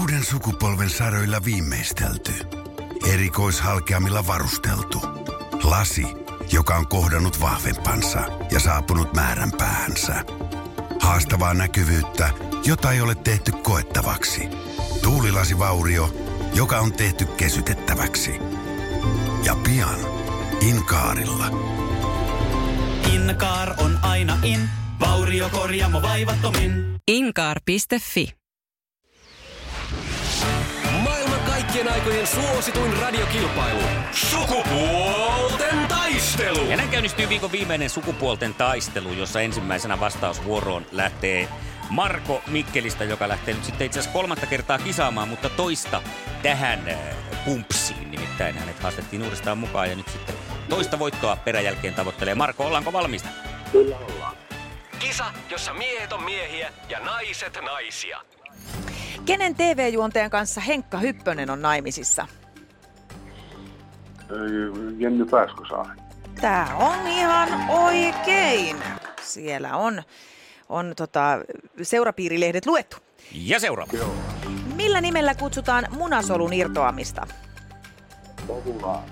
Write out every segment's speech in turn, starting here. Uuden sukupolven saroilla viimeistelty. Erikoishalkeamilla varusteltu. Lasi, joka on kohdannut vahvempansa ja saapunut määränpäähänsä. Haastavaa näkyvyyttä, jota ei ole tehty koettavaksi. Tuulilasivaurio, joka on tehty kesytettäväksi. Ja pian Inkaarilla. Inkaar on aina in. Vauriokorjaamo vaivattomin. Inkaar.fi. Maailman kaikkien aikojen suosituin radiokilpailu. Sukupuolten taistelu. Ja näin käynnistyy viikon viimeinen sukupuolten taistelu, jossa ensimmäisenä vastausvuoroon lähtee Marko Mikkelistä, joka lähtee nyt sitten itse asiassa kolmatta kertaa kisaamaan, mutta toista tähän eh, pumpsiin. Nimittäin hänet haastettiin uudestaan mukaan ja nyt sitten toista voittoa peräjälkeen tavoittelee. Marko, ollaanko valmista? Kisa, jossa miehet on miehiä ja naiset naisia. Kenen TV-juontajan kanssa Henkka Hyppönen on naimisissa? Jenny Pääskösaari. Tää on ihan oikein. Siellä on, on tota, seurapiirilehdet luettu. Ja seuraava. Millä nimellä kutsutaan munasolun irtoamista? No Ovulaa.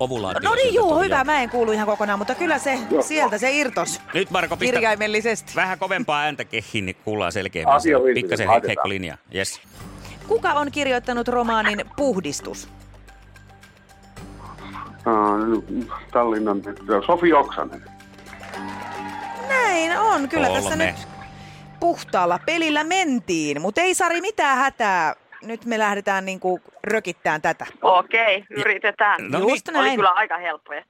Ovulaatio. No niin, sieltä juu, tuli. hyvä. Mä en kuulu ihan kokonaan, mutta kyllä se sieltä se irtos Nyt Marko, pistä kirjaimellisesti. vähän kovempaa ääntä kehiin, niin kuullaan selkeämmin. Asia on viisi, Pikkasen laitetaan. heikko linja. Yes. Kuka on kirjoittanut romaanin Puhdistus? Tallinnan tyttö. Sofi Oksanen. Näin on, kyllä tässä Kolme. nyt puhtaalla pelillä mentiin, mutta ei Sari mitään hätää. Nyt me lähdetään niinku rökittään tätä. Okei, yritetään. No Just niin. näin. Oli kyllä aika helppoja.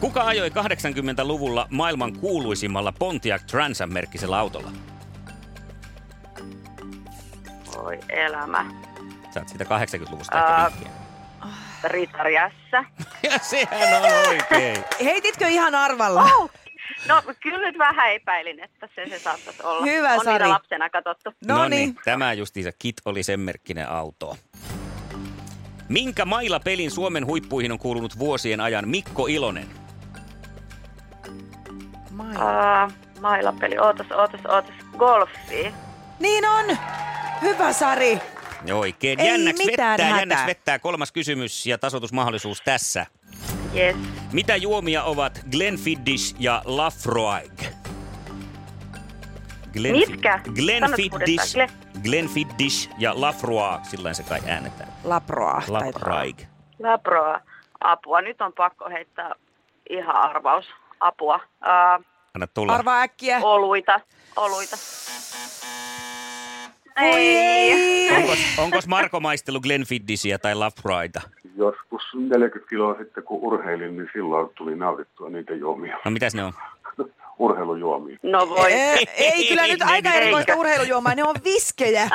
Kuka ajoi 80-luvulla maailman kuuluisimmalla Pontiac Transam-merkkisellä autolla? Voi elämä. Sä oot siitä 80-luvusta ehkä Ää. vinkkiä. Ritari Ässä. Ja sehän on oikein. Heititkö ihan arvalla? No kyllä nyt vähän epäilin, että se, se saattaisi olla. Hyvä, on Sari. niitä lapsena katsottu. No niin. Tämä justiinsa Kit oli sen merkkinen auto. Minkä mailla pelin Suomen huippuihin on kuulunut vuosien ajan Mikko Ilonen? No Uh, mailapeli, ootas, ootas, ootas. Golfi. Niin on! Hyvä Sari! Oikein. Ei Jännäks mitään vettää, hätää. jännäks vettää. Kolmas kysymys ja tasoitusmahdollisuus tässä. Yes. Mitä juomia ovat Glenfiddich ja Lafroig? Glenfi- Mitkä? Glenfiddich, Sano Glenfiddich ja Lafroig, sillä se kai äänetään. Laproa. Lafroig. Labroa. Apua. Nyt on pakko heittää ihan arvaus. Apua. Uh, Anna tulla. Arvaa äkkiä. oluita. Oluita. Voi ei. Onkos, onkos Marko maistellut Glenfiddisiä tai Lafroita? Joskus 40 kiloa sitten, kun urheilin, niin silloin tuli nautittua niitä juomia. No mitäs ne on? Urheilujuomia. No voi. Ei, Eh, ei kyllä nyt aika Eikä. erikoista urheilujuomaa, ne on viskejä.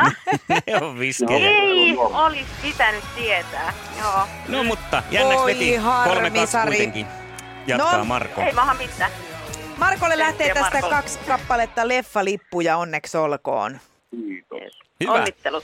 Ne on viskejä. No. Ei, olisi pitänyt tietää. Joo. No mutta jännäks Voi veti. Kolme harmi, kaksi Sari. kuitenkin. Jatkaa No. Marko. Ei maha mitään. Markolle lähtee Kiitoksia, tästä Marko. kaksi kappaletta leffalippuja, onneksi olkoon. Kiitos. Yes. Hyvä. Onnittelut.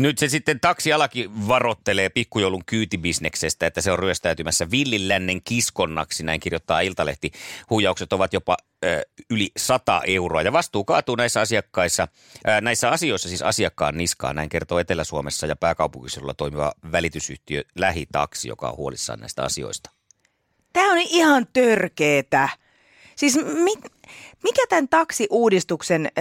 Nyt se sitten taksialakin varottelee pikkujoulun kyytibisneksestä, että se on ryöstäytymässä villilännen kiskonnaksi, näin kirjoittaa Iltalehti. Huijaukset ovat jopa ö, yli 100 euroa ja vastuu kaatuu näissä asiakkaissa, ö, näissä asioissa siis asiakkaan niskaan, näin kertoo Etelä-Suomessa ja pääkaupunkiseudulla toimiva välitysyhtiö Lähitaksi, joka on huolissaan näistä asioista. Tämä on ihan törkeetä. Siis mi- mikä tämän taksiuudistuksen ö,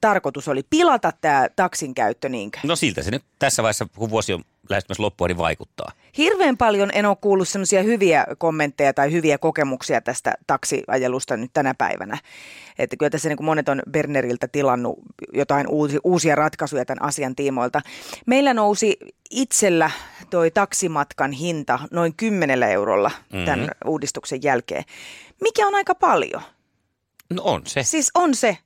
tarkoitus oli? Pilata tämä taksin käyttö niinkö? No siltä se nyt tässä vaiheessa, kun vuosi on lähestymässä loppua, niin vaikuttaa. Hirveän paljon en ole kuullut semmoisia hyviä kommentteja tai hyviä kokemuksia tästä taksiajelusta nyt tänä päivänä. Että kyllä tässä niin kuin monet on Berneriltä tilannut jotain uusi, uusia ratkaisuja tämän asian tiimoilta. Meillä nousi itsellä toi taksimatkan hinta noin 10 eurolla Mhm. tämän mm-hmm. uudistuksen jälkeen, mikä on aika paljon. No on se, Siis on se,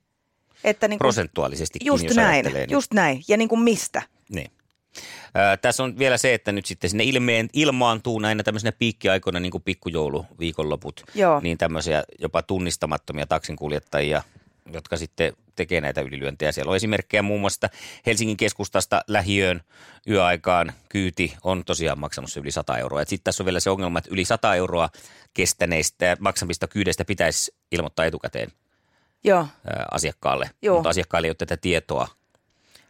että niin kuin, prosentuaalisesti. just jos näin, ajattelee, niin- just näin. Ja niin kuin mistä? Niin. Ö, tässä on vielä se, että nyt sitten sinne ilmeen, ilmaantuu näinä tämmöisenä piikkiaikoina, niin kuin pikkujoulu, viikonloput, Joo. niin tämmöisiä jopa tunnistamattomia taksinkuljettajia, jotka sitten tekee näitä ylilyöntejä. Siellä on esimerkkejä muun muassa Helsingin keskustasta lähiöön yöaikaan kyyti on tosiaan maksanut se yli 100 euroa. Sitten tässä on vielä se ongelma, että yli 100 euroa kestäneistä maksamista kyydeistä pitäisi ilmoittaa etukäteen Joo. ää, asiakkaalle, Joo. mutta asiakkaille ei ole tätä tietoa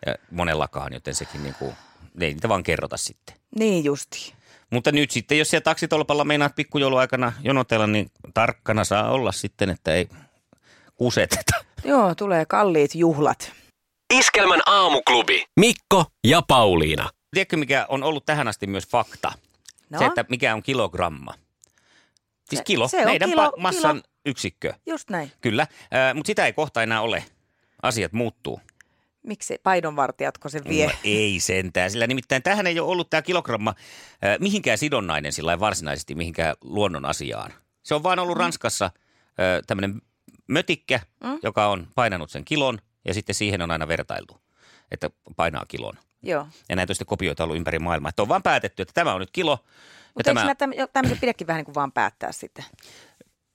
ää, monellakaan, joten sekin niin kuin, ei niitä vaan kerrota sitten. Niin justi. Mutta nyt sitten, jos siellä taksitolpalla meinaat pikkujouluaikana jonotella, niin tarkkana saa olla sitten, että ei kuseteta. Joo, tulee kalliit juhlat. Iskelmän aamuklubi. Mikko ja Pauliina. Tiedätkö, mikä on ollut tähän asti myös fakta? No, Se, että mikä on kilogramma. Siis Se- kilo, se on meidän kilo- pa- massan kilo. yksikkö, just näin. kyllä. Äh, Mutta sitä ei kohta enää ole. Asiat muuttuu. Miksi paidonvartijatko sen vie? No ei sentään, sillä nimittäin tähän ei ole ollut tämä kilogramma äh, mihinkään sidonnainen sillä lailla varsinaisesti mihinkään luonnon asiaan. Se on vaan Mm. ollut Ranskassa äh, tämmöinen mötikkä, mm. joka on painanut sen kilon ja sitten siihen on aina vertailtu, että painaa kilon. Joo. Ja näitä on sitten kopioita ollut ympäri maailmaa. Että on vaan päätetty, että tämä on nyt kilo. ja Mutta eikö tämä... tämmöisen pidäkin vähän niin kuin vaan päättää sitten?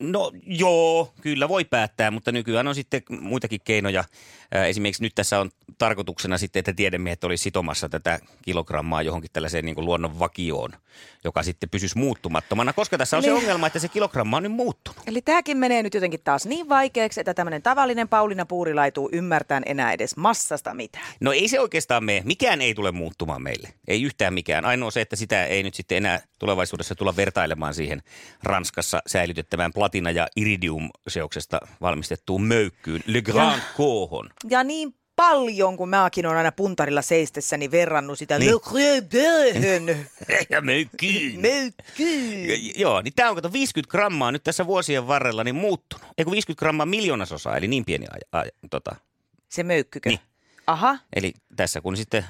No joo, kyllä voi päättää, mutta nykyään on sitten muitakin keinoja. Ää, Esimerkiksi nyt tässä on tarkoituksena sitten, että tiedemiehet olisi sitomassa tätä kilogrammaa johonkin tällaiseen niin kuin luonnon vakioon, joka sitten pysyisi muuttumattomana, koska tässä on se Niin. ongelma, että se kilogramma on nyt muuttunut. Eli tämäkin menee nyt jotenkin taas niin vaikeaksi, että tämmöinen tavallinen Pauliina Puurila ei tuu ymmärtämään enää edes massasta mitään. No ei se oikeastaan mene, mikään ei tule muuttumaan meille, ei yhtään mikään. Ainoa se, että sitä ei nyt sitten enää tulevaisuudessa tulla vertailemaan siihen Ranskassa säilytettävään platina- ja iridium-seoksesta valmistettuun möykkyyn, Le Grand Cohon. Ja niin paljon, kun mäkin on aina puntarilla seistessäni verrannut sitä Niin. niin. Le Creux Beurhön Ja möykkyyn. Ja- möykkyyn. ja- Joo, niin tämä on kato 50 grammaa nyt tässä vuosien varrella niin muuttunut. Ei kun 50 grammaa miljoonasosaa, eli niin pieni aja, aja, tota. Se möykkykö? Niin. Aha, Eli tässä kun sitten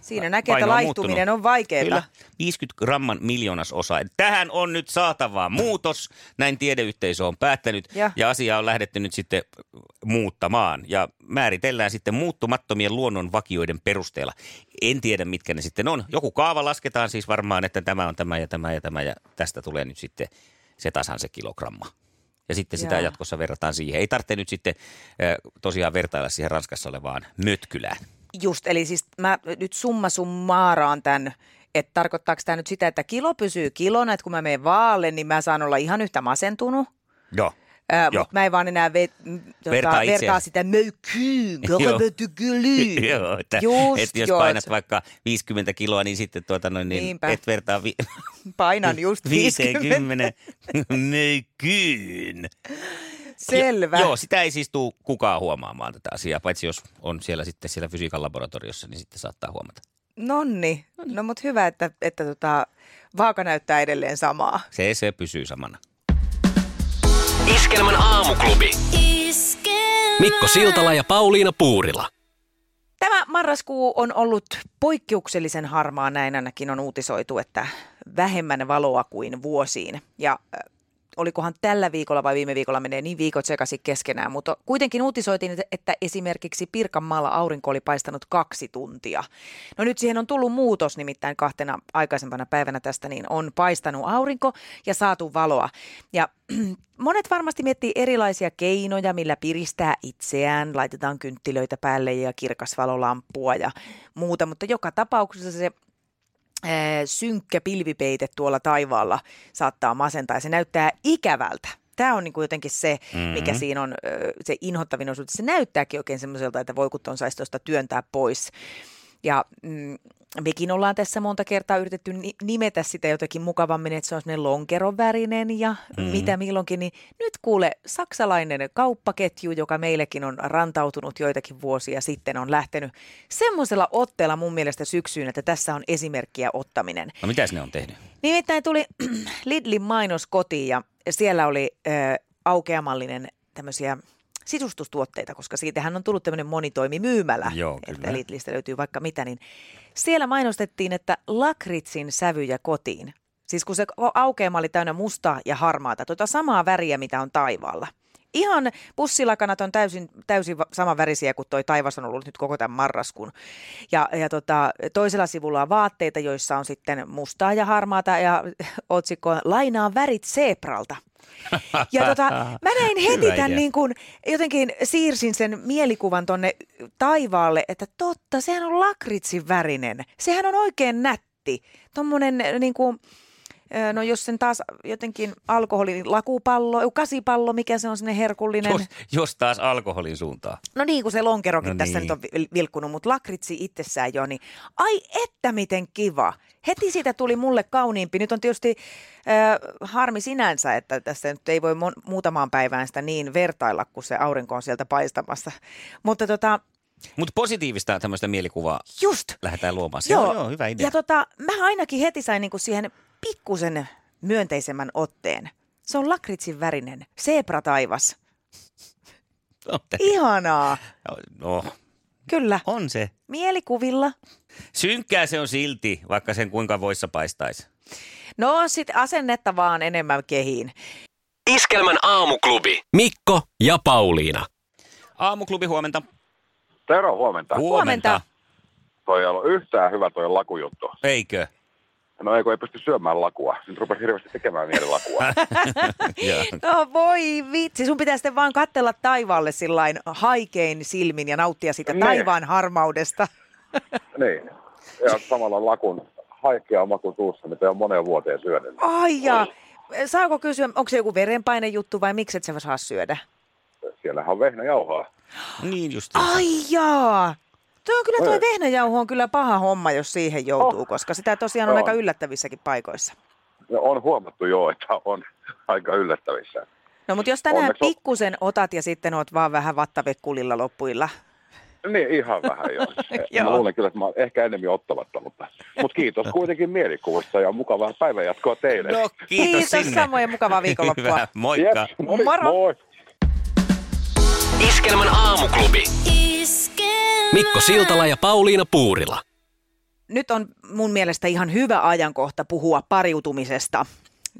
siinä näkee, paino että on laihtuminen muuttunut. on vaikeaa. Kyllä, 50 gramman miljoonasosa. Eli tähän on nyt saatavaa muutos, näin tiedeyhteisö on päättänyt ja. Ja. ja asiaa on lähdetty nyt sitten muuttamaan ja määritellään sitten muuttumattomien luonnon vakioiden perusteella. En tiedä mitkä ne sitten on. Joku kaava lasketaan siis varmaan, että tämä on tämä ja tämä ja tämä ja tästä tulee nyt sitten se tasan se kilogramma. Ja sitten sitä Jaa. jatkossa verrataan siihen. Ei tarvitse nyt sitten ö, tosiaan vertailla siihen Ranskassa olevaan mötkylään. Just, eli siis mä nyt summa summaaraan tämän, että tarkoittaako tämä nyt sitä, että kilo pysyy kilona, että kun mä menen vaalle, niin mä saan olla ihan yhtä masentunut. Joo. Ää, Joo. mut mä en vaan enää ve, m, tota, Vertaa vertaa, itseäsi. vertaa sitä möykkyyn, gröbötykylyyn. joo, että, Niin. Just, että jos joo, painat että- vaikka 50 kiloa, niin sitten tuota noin, niin Niinpä. et vertaa vi- Painan just 50. 50 mökyyn. Selvä. Niin, Joo, sitä ei siis tule kukaan huomaamaan tätä asiaa, paitsi jos on siellä sitten siellä fysiikan laboratoriossa, niin sitten saattaa huomata. Nonni. No mut hyvä, että, että tota, vaaka näyttää edelleen samaa. Se, se pysyy samana. Iskelmän aamuklubi. Mikko Siltala ja Pauliina Puurila. Tämä marraskuu on ollut poikkeuksellisen harmaa, näin ainakin on uutisoitu, että vähemmän valoa kuin vuosiin. Ja äh, olikohan tällä viikolla vai viime viikolla menee niin viikot sekaisin keskenään, mutta kuitenkin uutisoitiin, että- että esimerkiksi Pirkanmaalla aurinko oli paistanut kaksi tuntia. No nyt siihen on tullut muutos, nimittäin kahtena aikaisempana päivänä tästä, niin on paistanut aurinko ja saatu valoa. Ja monet varmasti miettii erilaisia keinoja, millä piristää itseään, laitetaan kynttilöitä päälle ja kirkasvalolamppua ja muuta, mutta joka tapauksessa se ää, synkkä pilvipeite tuolla taivaalla saattaa masentaa ja se näyttää ikävältä. Tämä on niin kuin jotenkin se, mikä Mhm. siinä on ö, se inhottavin osuus. Se näyttääkin oikein semmoiselta, että voi kun ton saisi tuosta työntää pois. Ja mm, mekin ollaan tässä monta kertaa yritetty ni- nimetä sitä jotenkin mukavammin, että se on sellainen lonkeron värinen ja mm. mitä milloinkin. Niin nyt kuule, saksalainen kauppaketju, joka meillekin on rantautunut joitakin vuosia sitten, on lähtenyt semmoisella otteella mun mielestä syksyyn, että tässä on esimerkkiä ottaminen. No mitäs ne on tehnyt? Nimittäin tuli Lidlin mainos kotiin ja siellä oli ö, aukeamallinen tämmöisiä sisustustuotteita, koska siitähän on tullut tämmöinen monitoimimyymälä, Joo, kyllä. että Lidlistä löytyy vaikka mitä, niin siellä mainostettiin, että lakritsin sävyjä kotiin. Siis kun se aukeama oli täynnä mustaa ja harmaata, tuota samaa väriä, mitä on taivaalla. ihan pussilakanat on täysin, täysin va- samanvärisiä kuin toi taivas on ollut nyt koko tämän marraskuun. Ja, ja tota, toisella sivulla on vaatteita, joissa on sitten mustaa ja harmaata ja otsikko on lainaa värit seepralta. Ja tota, mä näin heti Hyvä tämän idea. niin kuin, jotenkin siirsin sen mielikuvan tonne taivaalle, että totta, sehän on lakritsin värinen. Sehän on oikein nätti. Tommonen äh, niin kuin, äh, no jos sen taas jotenkin alkoholin lakupallo, ei, kasipallo, mikä se on semmoinen herkullinen. Jos, jos taas alkoholin suuntaan. No niin, kun se lonkerokin No no tässä niin. nyt on vil- vilkkunut, mutta lakritsi itsessään jo, niin ai että miten kiva. Heti siitä tuli mulle kauniimpi. Nyt on tietysti äh, harmi sinänsä, että tässä nyt ei voi mon- muutamaan päivään sitä niin vertailla, kun se aurinko on sieltä paistamassa. Mutta tota, Mutta positiivista tämmöistä mielikuvaa just, lähdetään luomaan. Joo, joo, joo hyvä idea. Ja tota, mä ainakin heti sain niinku siihen pikkusen myönteisemmän otteen. Se on lakritsin värinen, seepra taivas. Ihanaa, no, kyllä. on se. Mielikuvilla. Synkkää se on silti, vaikka sen kuinka voissa paistaisi. No sit asennetta vaan enemmän kehiin. Iskelmän aamuklubi. Mikko ja Pauliina. Aamuklubi huomenta. Tero, huomenta. Huomenta. Toi ei ollut yhtään hyvä toi lakujuttu. Eikö? No ei kun ei pysty syömään lakua. Nyt rupesi hirveästi tekemään mieli lakua. Joo. No voi vitsi, sun pitää sitten vaan kattella taivaalle sillain haikein silmin ja nauttia siitä Ne. taivaan harmaudesta. niin. Ja samalla lakun haikea maku tuussa, mitä on moneen vuoteen syönyt. Ai ja, saako kysyä, onko se joku verenpainejuttu vai miksi et sä saa syödä? Siellähän on vehnäjauhaa. Niin just. Ai jaa. Tuo on kyllä toi Ei. vehnäjauho on kyllä paha homma, jos siihen joutuu, Oh. koska sitä tosiaan on Joo. aika yllättävissäkin paikoissa. No, on huomattu jo, että on aika yllättävissä. No mutta jos tänään Onneksi on- pikkusen otat ja sitten oot vaan vähän vattavekulilla loppuilla. Niin, ihan vähän joo. Eh, Joo. Mä luulen kyllä, että mä oon ehkä enemmän ottamatta, mutta, mutta kiitos kuitenkin mielikuvasta ja mukavaa päivänjatkoa teille. No, kiitos, Kiitos, sinne. samoin mukavaa viikonloppua. Hyvä, moikka. Jep, no niin, Moro. Moi. Iskelmän aamuklubi. Mikko Siltala ja Pauliina Puurila. nyt on mun mielestä ihan hyvä ajankohta puhua pariutumisesta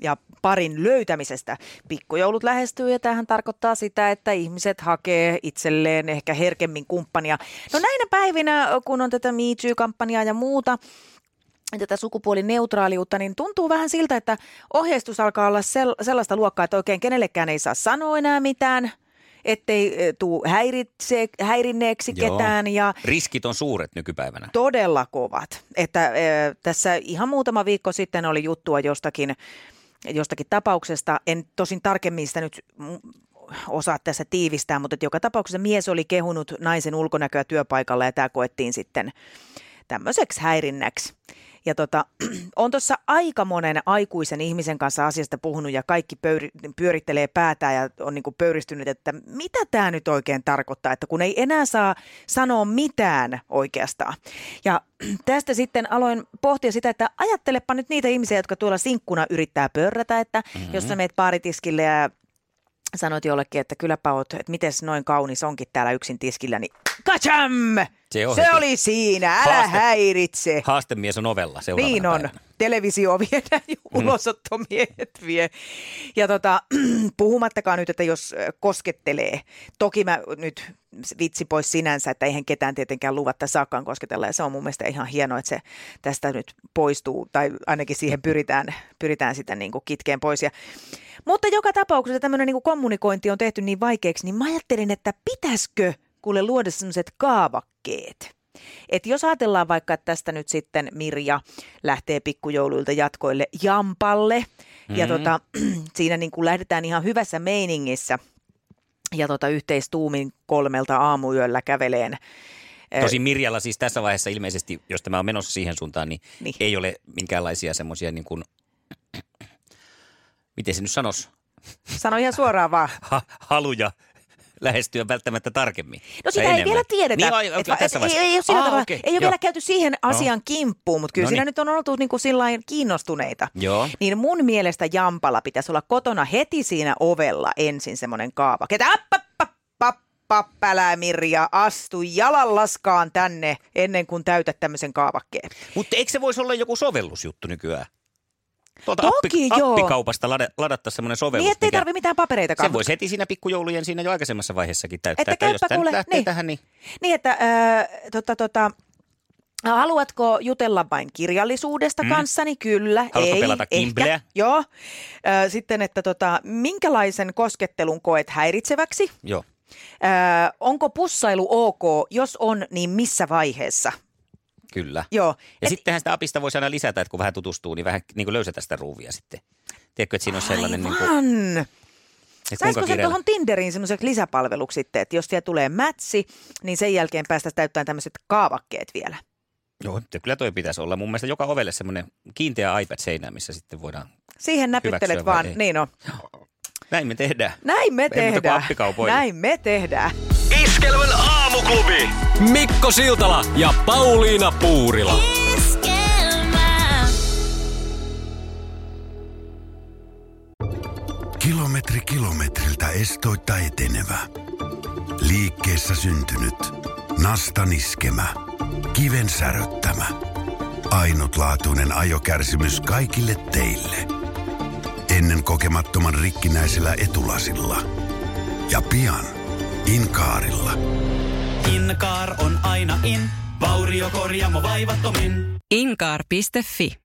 ja parin löytämisestä. Pikkujoulut lähestyy ja tähän tarkoittaa sitä, että ihmiset hakee itselleen ehkä herkemmin kumppania. No näinä päivinä, kun on tätä Me Too-kampanjaa ja muuta, tätä sukupuolineutraaliutta, niin tuntuu vähän siltä, että ohjeistus alkaa olla sel- sellaista luokkaa, että oikein kenellekään ei saa sanoa enää mitään, ettei tule häiritse, häirinneeksi Joo. ketään ja Riskit on suuret nykypäivänä. todella kovat. Että, ö, tässä ihan muutama viikko sitten oli juttua jostakin, jostakin tapauksesta. En tosin tarkemmin sitä nyt mm, osaa tässä tiivistää, mutta että joka tapauksessa mies oli kehunut naisen ulkonäköä työpaikalla ja tämä koettiin sitten tämmöiseksi häirinnäksi. Ja tota, on tuossa aika monen aikuisen ihmisen kanssa asiasta puhunut ja kaikki pöyri, pyörittelee päätään ja on niinku pöyristynyt, että mitä tämä nyt oikein tarkoittaa, että kun ei enää saa sanoa mitään oikeastaan. Ja tästä sitten aloin pohtia sitä, että ajattelepa nyt niitä ihmisiä, jotka tuolla sinkkuna yrittää pörrätä, että mm-hmm. jos sä meet baaritiskille ja sanoit jollekin, että kylläpä oot, että miten noin kaunis onkin täällä yksin tiskillä, niin kacham! Se on Se heti. oli siinä, älä Haaste. häiritse. Haastemies on ovella seuraavana Niin on. päivänä. Mm. Televisio viedään ja ulosottomiehet vie. Ja tota, puhumattakaan nyt, että jos ö, koskettelee. Toki mä nyt vitsi pois sinänsä, että eihän ketään tietenkään luvatta saakaan kosketella. Ja se on mun mielestä ihan hienoa, että se tästä nyt poistuu. Tai ainakin siihen pyritään, pyritään sitä niin kuin kitkeen pois. Ja, mutta joka tapauksessa tämmöinen niin kuin kommunikointi on tehty niin vaikeaksi, niin mä ajattelin, että pitäisikö kuule luoda sellaiset kaavakkeet. Et jos ajatellaan vaikka, että tästä nyt sitten Mirja lähtee pikkujouluilta jatkoille Jampalle, mm-hmm. Mm. ja tota, siinä niin kuin lähdetään ihan hyvässä meiningissä, ja tota, yhteistuumin kolmelta aamuyöllä käveleen. Tosi Mirjalla siis tässä vaiheessa ilmeisesti, jos tämä on menossa siihen suuntaan, niin, Niin. niin. ei ole minkäänlaisia semmoisia niin kuin, miten se nyt sanoisi, Sano ihan suoraan vaan. ha- haluja lähestyä välttämättä tarkemmin. No sitä Tai ei enemmän. vielä tiedetä. Niin, ai, Et okay, va- tässä et ei, vaiheessa. ei, ole sillä Aa, tavalla, okei, ei ole joo. vielä käyty siihen asian kimppuun, mutta kyllä No siinä niin. nyt on oltu niin kuin sillain kiinnostuneita. Joo. Niin mun mielestä Jampala pitäisi olla kotona heti siinä ovella ensin semmoinen kaava. Ketä Pappälä Mirja, astu jalan laskaan tänne ennen kuin täytät tämmöisen kaavakkeen. Mutta eikö se voisi olla joku sovellusjuttu nykyään? Tuolta Toki appi, joo. appikaupasta lada, ladattaa semmoinen sovellus. Niin ettei mikä- tarvi mitään papereitakaan. Sen voisi heti siinä pikkujoulujen siinä jo aikaisemmassa vaiheessakin täyttää. Että jos käypä tää nyt kuule, lähtee niin. tähän, niin Niin, että äh, tota, tota, haluatko jutella vain kirjallisuudesta mm. kanssani? Kyllä, Haluatko ei, pelata Kimbleä? ehkä. Joo. Äh, sitten, että tota, minkälaisen koskettelun koet häiritseväksi? joo. Äh, onko pussailu ok? Jos on, niin missä vaiheessa? Kyllä. Joo. Ja sittenhän sitä apista voisi aina lisätä, että kun vähän tutustuu, niin vähän niin kuin löysätä sitä ruuvia sitten. Tiedätkö, että siinä on sellainen, niin kuin, Aivan. että kuinka Saisiko se kiireellä... tuohon Tinderiin semmoiseksi lisäpalveluksi sitten, että jos siellä tulee mätsi, niin sen jälkeen päästäisiin täyttämään tämmöiset kaavakkeet vielä. Joo, mutta kyllä toi pitäisi olla. Mun mielestä joka ovelle semmoinen kiinteä iPad-seinä, missä sitten voidaan... Siihen näpyttelet Hyväksyä vai vaan, ei? niin on. Näin me tehdään. Näin me muuta kuin tehdään. appikaupoille. Näin me tehdään. Iskelmän aamuklubi. Mikko Siltala ja Pauliina Puurila. Kilometri kilometriltä estoitta etenevä. Liikkeessä syntynyt. Nasta niskemä. Kiven säröttämä. Ainutlaatuinen ajokärsimys kaikille teille. Ennen kokemattoman rikkinäisellä etulasilla. Ja pian Inkaarilla. Inkaar on aina in, vauriokorjaamo vaivattomin. Inkaar.fi